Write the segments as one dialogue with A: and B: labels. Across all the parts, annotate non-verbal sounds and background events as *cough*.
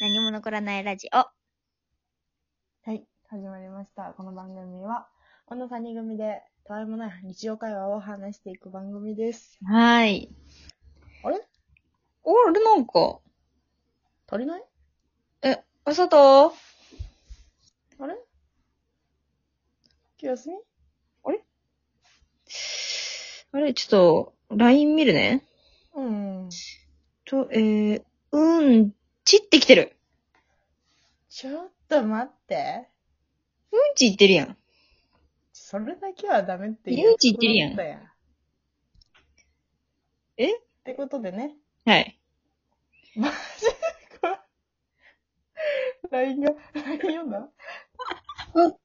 A: 残らないラジオ。
B: はい、始まりました。この番組は、女三人組で、たわいもない日常会話を話していく番組です。
A: はい。
B: あれ
A: おあれなんか、
B: 足りない
A: あ、外
B: あれ今日休み
A: あれ、ちょっと、LINE 見るね。
B: うん。
A: と、えー、うん、ちってきてる。
B: ちょっと待って。
A: うんち言ってるやん。
B: それだけはダメって
A: ゆうち言ってるやん
B: ことだん
A: え
B: ってことでね。 *laughs*
A: はい。
B: マジでこれ。LINE が、LINE 読んだ
A: あ、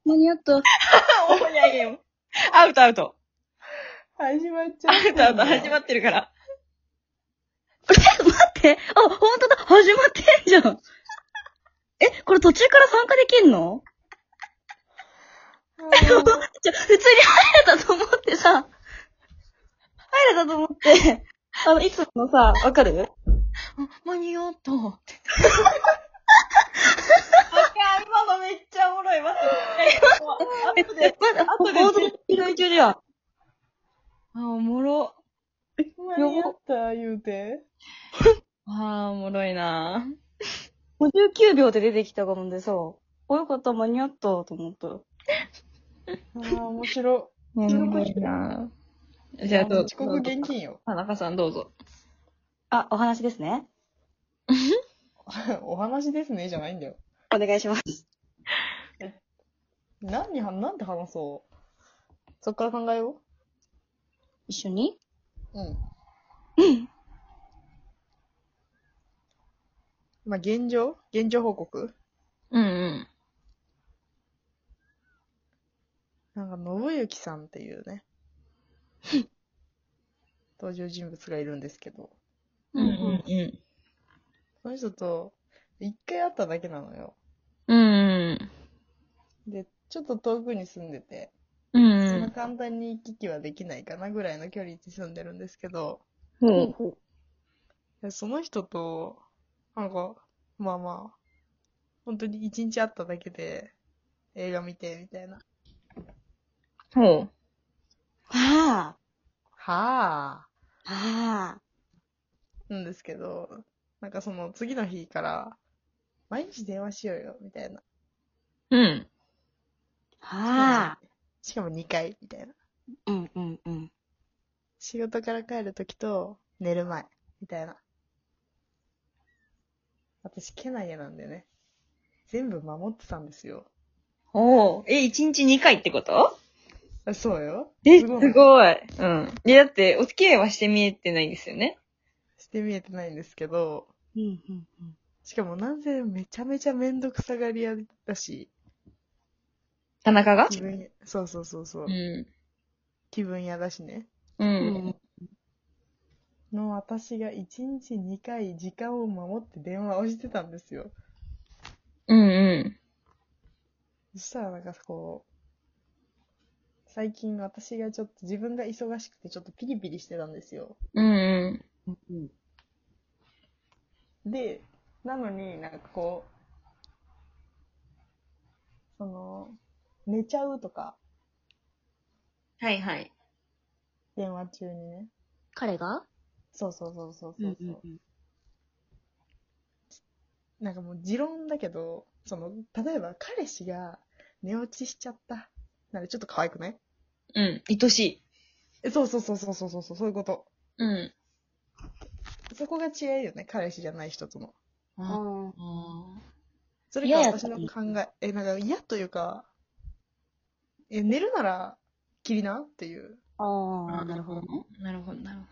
A: 間に合 *laughs* った。
B: おやいよ。
A: アウトアウト。
B: 始まっちゃ
A: ア
B: っ
A: ウト
B: た
A: アウ
B: んだ
A: ト、
B: よ。
A: 始まってるから。え、待って。あ、ほんとだ、始まってんじゃん。え、これ途中から参加できんの
B: うん
A: ちょ、普通に入れたと思ってさ、入れたと思って、あの、いつものさ、わかる
B: 間に合った。あかん、今のめっちゃおもろいわ。
A: え、まだ、あ
B: 後で
A: 報道の違い中じゃん。あ、おもろ。
B: 間に合った、言うて。
A: ああ、おもろいな
C: 59秒で出てきたもんでさ、およかった、間に合った、と思った。
B: ああ、面白
A: お
B: もろい
A: な *laughs*
B: っ
A: じゃあ、どう
B: 遅刻厳禁よ。 *laughs*
A: 田中さんどうぞ。
C: あ、お話ですね。
B: お話ですね、じゃないんだよ。
C: お願いします。
B: 何は、なんて話そう。そっから考えよ
C: 一緒に
B: う。うん。まあ、現状現状報告
A: うんうん。
B: なんか、信行さんっていう
A: *laughs*
B: ね。登場人物がいるんですけど。
A: うんうん
B: その人と、一回会っただけなのよ。
A: うん。うん
B: で、ちょっと遠くに住んでて、
A: うん。う
B: そんなん簡単に行き来はできないかなぐらいの距離に住んでるんですけど、
A: うん。
B: でその人と、なんか、まあまあ、本当に一日会っただけで、映画見て、みたいな。
A: ほう。
C: は
B: はあ。
C: あ、はあ、
B: なんですけど、なんかその次の日から、毎日電話しようよ、みたいな。
A: うん。
C: はあ。
B: しかも2回、みたいな。
C: うん、うん、うん。
B: 仕事から帰るときと、寝る前、みたいな。私、けなげなんでね。全部守ってたんですよ。
A: ほう。え、一日二回ってこと
B: あそうよ。
A: え、す
B: い
A: ごい。うん。いや、だって、お付き合いはして見えてないんですよね。
B: して見えてないんですけど、
C: うん、うん、うん。
B: しかもなんせめちゃめちゃめんどくさがり屋だし、
A: 田中が
B: 気分、そうそうそうそう、
A: うん。
B: 気分屋だしね。
A: う
C: うん
A: ん。
B: の私が1日2回時間を守って電話をしてたんですよ。
A: うんう
B: そしたらなんかこう、最近私がちょっと自分が忙しくてちょっとピリピリしてたんですよ。
A: ん。うん
C: うん。
B: で、なのになんかこう、その、寝ちゃうとか、
A: はいはい。
B: 電話中にね。
C: 彼が
B: そうそうそうそう
C: う
B: そう。
C: ん、
B: う
C: うん、
B: なんかもう持論だけど、その、例えば彼氏が寝落ちしちゃった。ならちょっと可愛くない
A: うん。愛しい。
B: えそうそうそうそうそうそう、そういうこと。
A: うん。
B: そこが違いよね、彼氏じゃない人との。
A: あ
C: うん。
B: それ
C: 嫌
B: が
C: やっ
B: 私
C: た
B: の考え、え、なんか嫌というか、え、寝るなら、きりなっていう。
C: ああ、なるほど。。
A: なるほど、なるほ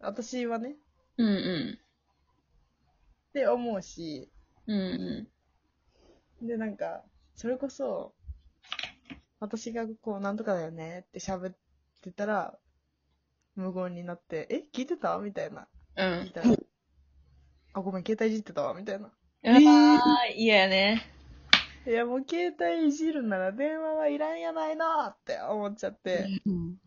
B: 私はね、っ
A: ど。うん
B: て思うし、
A: うん。うん
B: で、なんか、それこそ、私がこう、なんとかだよねって喋ってたら、無言になって、え、聞いてたみたいな。
A: うん。う
B: み
A: ん。
B: たいな。あ、ごめん、携帯いじってたわ、みたいな。
A: ああ、嫌やね。
B: いや、もう携帯いじるなら電話はいらんやないなって思っちゃって。
C: うん。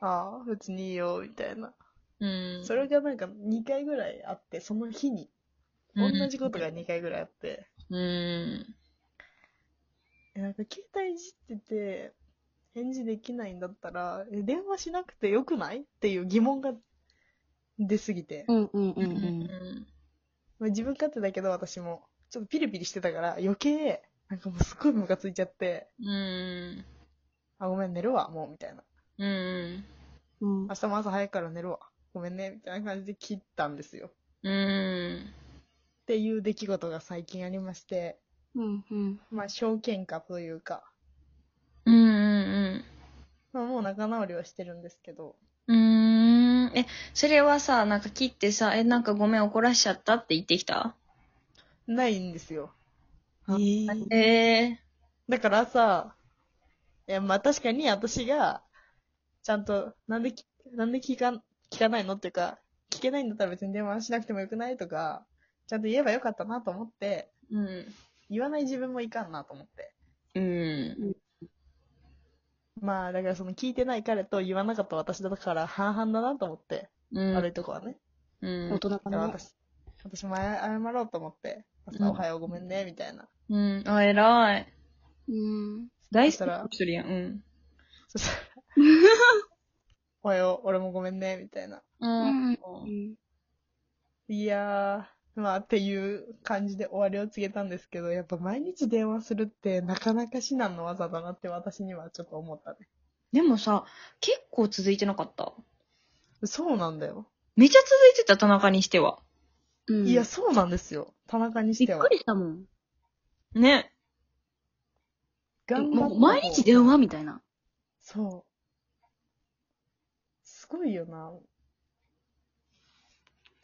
B: ああ、別にいいよ、みたいな。
A: うん。
B: それがなんか2回ぐらいあって、その日に。同じことが2回ぐらいあって、
A: うん。
B: えなんか携帯いじってて、返事できないんだったら、え電話しなくてよくないっていう疑問が出すぎて。
C: うんうんう
A: うん
C: うん。
B: まあ、自分勝手だけど私も、ちょっとピリピリしてたから余計、なんかもうすごいムカついちゃって、
A: ん。うん。
B: あ、ごめん寝るわ、もう、みたいな。
A: うん。
C: うん
B: 明日も朝早いから寝るわ。ごめんね、みたいな感じで切ったんですよ。っ
A: うん。
B: ていう出来事が最近ありまして、
C: うんうん。
B: まあ、小喧嘩というか、
A: うんうん
B: まあ、もう仲直りはしてるんですけど、
A: うん。うーん。え、それはさ、なんか切ってさ、え、なんかごめん怒らしちゃったって言ってきた
B: ないんですよ。
C: えー
A: ええ
B: だからさ、いや、まあ確かに私が、ちゃんと、なんでき、なんで聞かん、聞かないのっていうか、聞けないんだったら別に電話しなくてもよくないとか、ちゃんと言えばよかったなと思って、
A: うん。
B: 言わない自分もいかんなと思って。
A: うん。
B: まあ、だからその聞いてない彼と言わなかった私だから半々だなと思って、
A: うん。
B: 悪いとこはね。
A: うん
C: 大。人か
B: だから
C: な。
B: 私、私も謝ろうと思って、
A: うん
B: 朝おはようごめんね、みた
C: *laughs*
B: いな。
A: うん。あ、偉い。
C: うん。
A: 大
B: そしたら
A: 好きするやん。うん。
B: そしたら、おはよう、俺もごめんね、みたいな。
A: う。
C: うんん。
B: いやー、まあっていう感じで終わりを告げたんですけど、やっぱ毎日電話するってなかなか至難の技だなって私にはちょっと思ったね。
A: でもさ、結構続いてなかった。
B: そうなんだよ。
A: めちゃ続いてた、田中にしては。
C: うん
B: いや、、そうなんですよ。田中にし
C: び
B: て
C: っ
B: は
C: く。りしたもん。
A: ね。
B: 頑張った
C: も
B: 方
C: う毎日電話みたいな。
B: そう。すごいよな。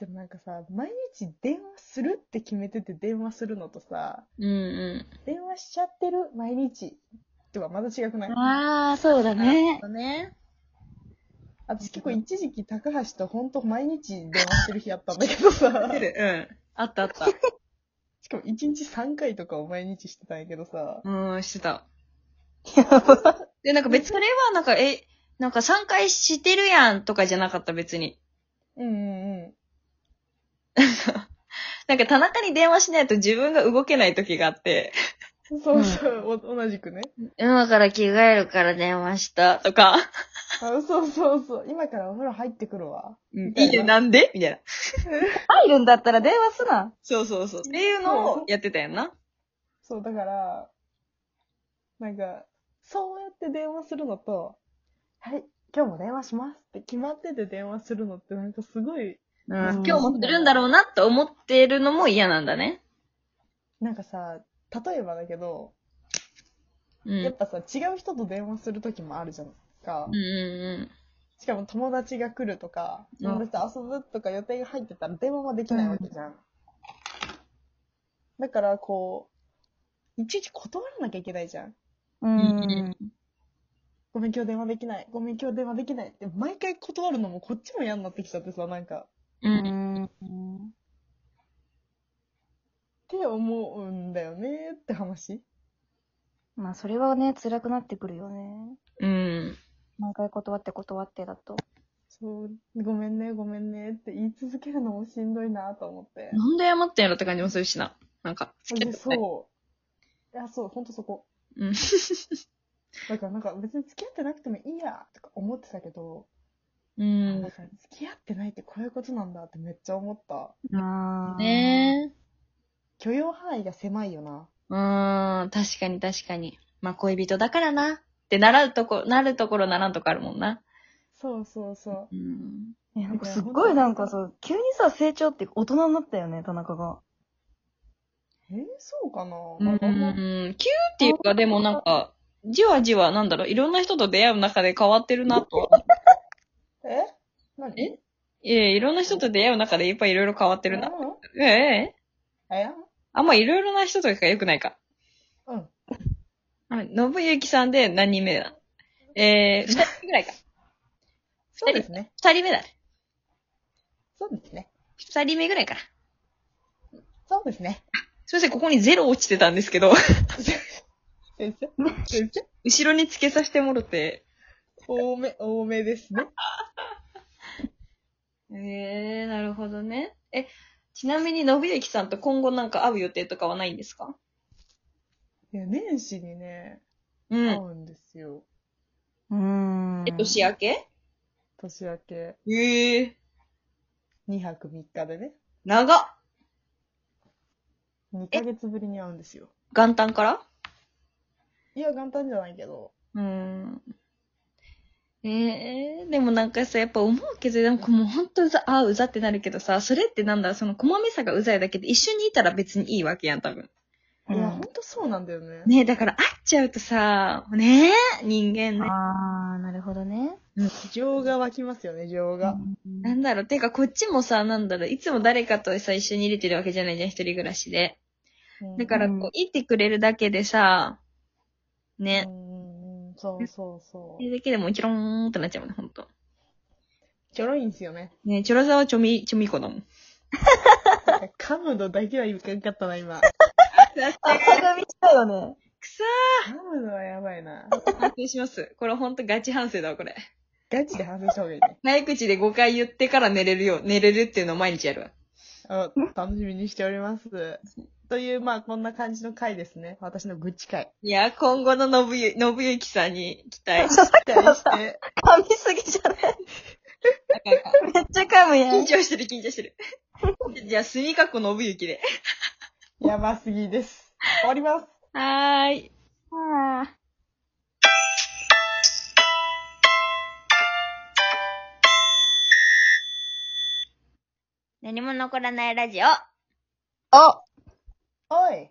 B: でもなんかさ、毎日電話するって決めてて電話するのとさ、
A: うんう
B: 電話しちゃってる毎日とかまだ違くない
C: ああ、そうだね。
A: ん。ね。
B: 私結構一時期高橋とほんと毎日電話してる日あったんだけど *laughs* さ
A: て、る。うん。あったあった。 *laughs*
B: しかも1日3回とかを毎日してたんやけどさ、
A: うん、してた。で、なんか別にそれは、なんか、え、なんか3回してるやんとかじゃなかった、別に。
B: うんうんうん。
A: なんか田中に電話しないと自分が動けない時があって。
B: そうそう、お同じくね。
A: 今から着替えるから電話したとか。
B: あそうそうそう、今からお風呂入ってくるわ。
A: うん、いいよ、なんでみたいな。
C: 入るんだったら電話すな。
A: そうそうそう。っていうのをやってたやんな。
B: そう、だから、なんか、そうやって電話するのと、はい、今日も電話しますって決まってて電話するのってなんかすごい、
A: うん
C: うん
A: 今日もするんだろうなと思ってるのも嫌なんだね。
B: なんかさ、例えばだけど、
A: うん。
B: やっぱさ、違う人と電話する時もあるじゃんか。
A: うんうん
B: しかも友達が来るとか、
A: うん
B: 友達と遊ぶとか予定が入ってたら電話もできないわけじゃん。だから、こう、いちいち断らなきゃいけないじゃん。
C: う
A: うん。
C: ん。
B: ごめん今日電話できない。ごめん今日電話できないって、毎回断るのもこっちも嫌になってきちゃってさ、なんか、
A: う。
C: うんん。
B: って思うんだよねって話。
C: まあ、それはね、辛くなってくるよね。
A: うん。
C: 毎回断って断ってだと。
B: そう、ごめんね、ごめんねって言い続けるのもしんどいなと思って。
A: なんで謝ってんやろって感じもするしな。なんか、付き合
B: で
A: ってない。
B: そう。いや、そう、ほんとそこ。
A: うん。
B: *laughs* だからなんか別に付き合ってなくてもいいやとか思ってたけど、
A: うん
B: なん。か付き合ってないってこういうことなんだってめっちゃ思った。
C: あ
A: ねえ。
B: 許容範囲が狭いよな。
A: うーん、確かに確かに。まあ、恋人だからな。って習うとこ、なるところならんとこあるもんな。
B: そうそうそ
A: う
B: う。
A: ん。
C: え、なんかすっごいなんかさ、急にさ、成長って大人になったよね、田中が。
B: えー、そうかな、
A: うん、
B: なんかあんま
A: 急っていうか、でもなんか、じわじわ、なんだろう、いろんな人と出会う中で変わってるな *laughs* と。
B: え何
A: えいえ、いろんな人と出会う中でやっぱいろいろ変わってるな。
B: うん
A: ええ、
B: え
A: あんまいろいろな人とか良くないか。
B: うん。
A: あ、信之さんで何人目だえー、二人目ぐらいか。
B: そうですね。
A: 二人目だね。
B: そうですね。
A: 二人目ぐらいかな。
B: そうですね。
A: すいません、ここにゼロ落ちてたんですけど、 *laughs*
B: 先生先生
A: 後ろにつけさせてもろて。
B: 多め、多めですね。
A: ええなるほどね。え、ちなみに、信之さんと今後なんか会う予定とかはないんですか
B: いや、年始にね、
A: う
B: 会
A: ん。
B: うんですよ。
C: うーん。
A: え、年明け
B: 年明け、
A: ええ
B: 2泊3日でね、
A: 長っ
B: 2ヶ月ぶりに会うんですよ。
A: 元旦から
B: いや、元旦じゃないけど、
A: うーん。ええでもなんかさ、やっぱ思うけど、でももうほんとうざ、ああ、うざってなるけどさ、それってなんだ、その、こまめさがうざいだけで、一緒にいたら別にいいわけやん、多分。
B: い
C: うん
B: や、ほんとそうなんだよね。
A: ねえ、だから会っちゃうとさ、ねえ、人間ね。
C: あー、なるほどね。
B: 情が湧きますよね、情が。
A: なんだろう、てかこっちもさ、なんだろう、いつも誰かとさ、一緒にいれてるわけじゃないじゃん、一人暮らしで。だから、
C: う
A: こ
C: ん
A: う、いてくれるだけでさ、ね
B: う、ん、うんそうそう
A: そ
B: そ
A: れだけでもう、キローンってなっちゃうもんね、ほんと。
B: う。ちょろいんすよね。
A: ねえ、チョロザはちょみ、ちょみこだもん。
B: 噛むのだけはいかんかったな、
A: *laughs*
B: 今。
C: 赤髪したよね。
A: くそ
B: 噛むのはやばいな。
A: ー反省します。これほんとガチ反省だわ、これ。
B: ガチで反省した方がいいね。
A: 早口で5回言ってから寝れるよ、寝れるっていうのを毎日やるわ。
B: あ楽しみにしております。という、まあ、こんな感じの回ですね。私の愚痴回。
A: いや、今後の信ゆ、信ゆきさんに期待。
B: 期待して。
C: 噛みすぎじゃない
A: なんか
C: めっちゃ噛むや
A: 緊
C: ん。
A: 張してる、緊張してる。じゃあ、すみかこ信ゆきで。
B: やばすぎです。終わります。
A: はーい。
C: あー
D: 何も残らないラジオ。
B: おい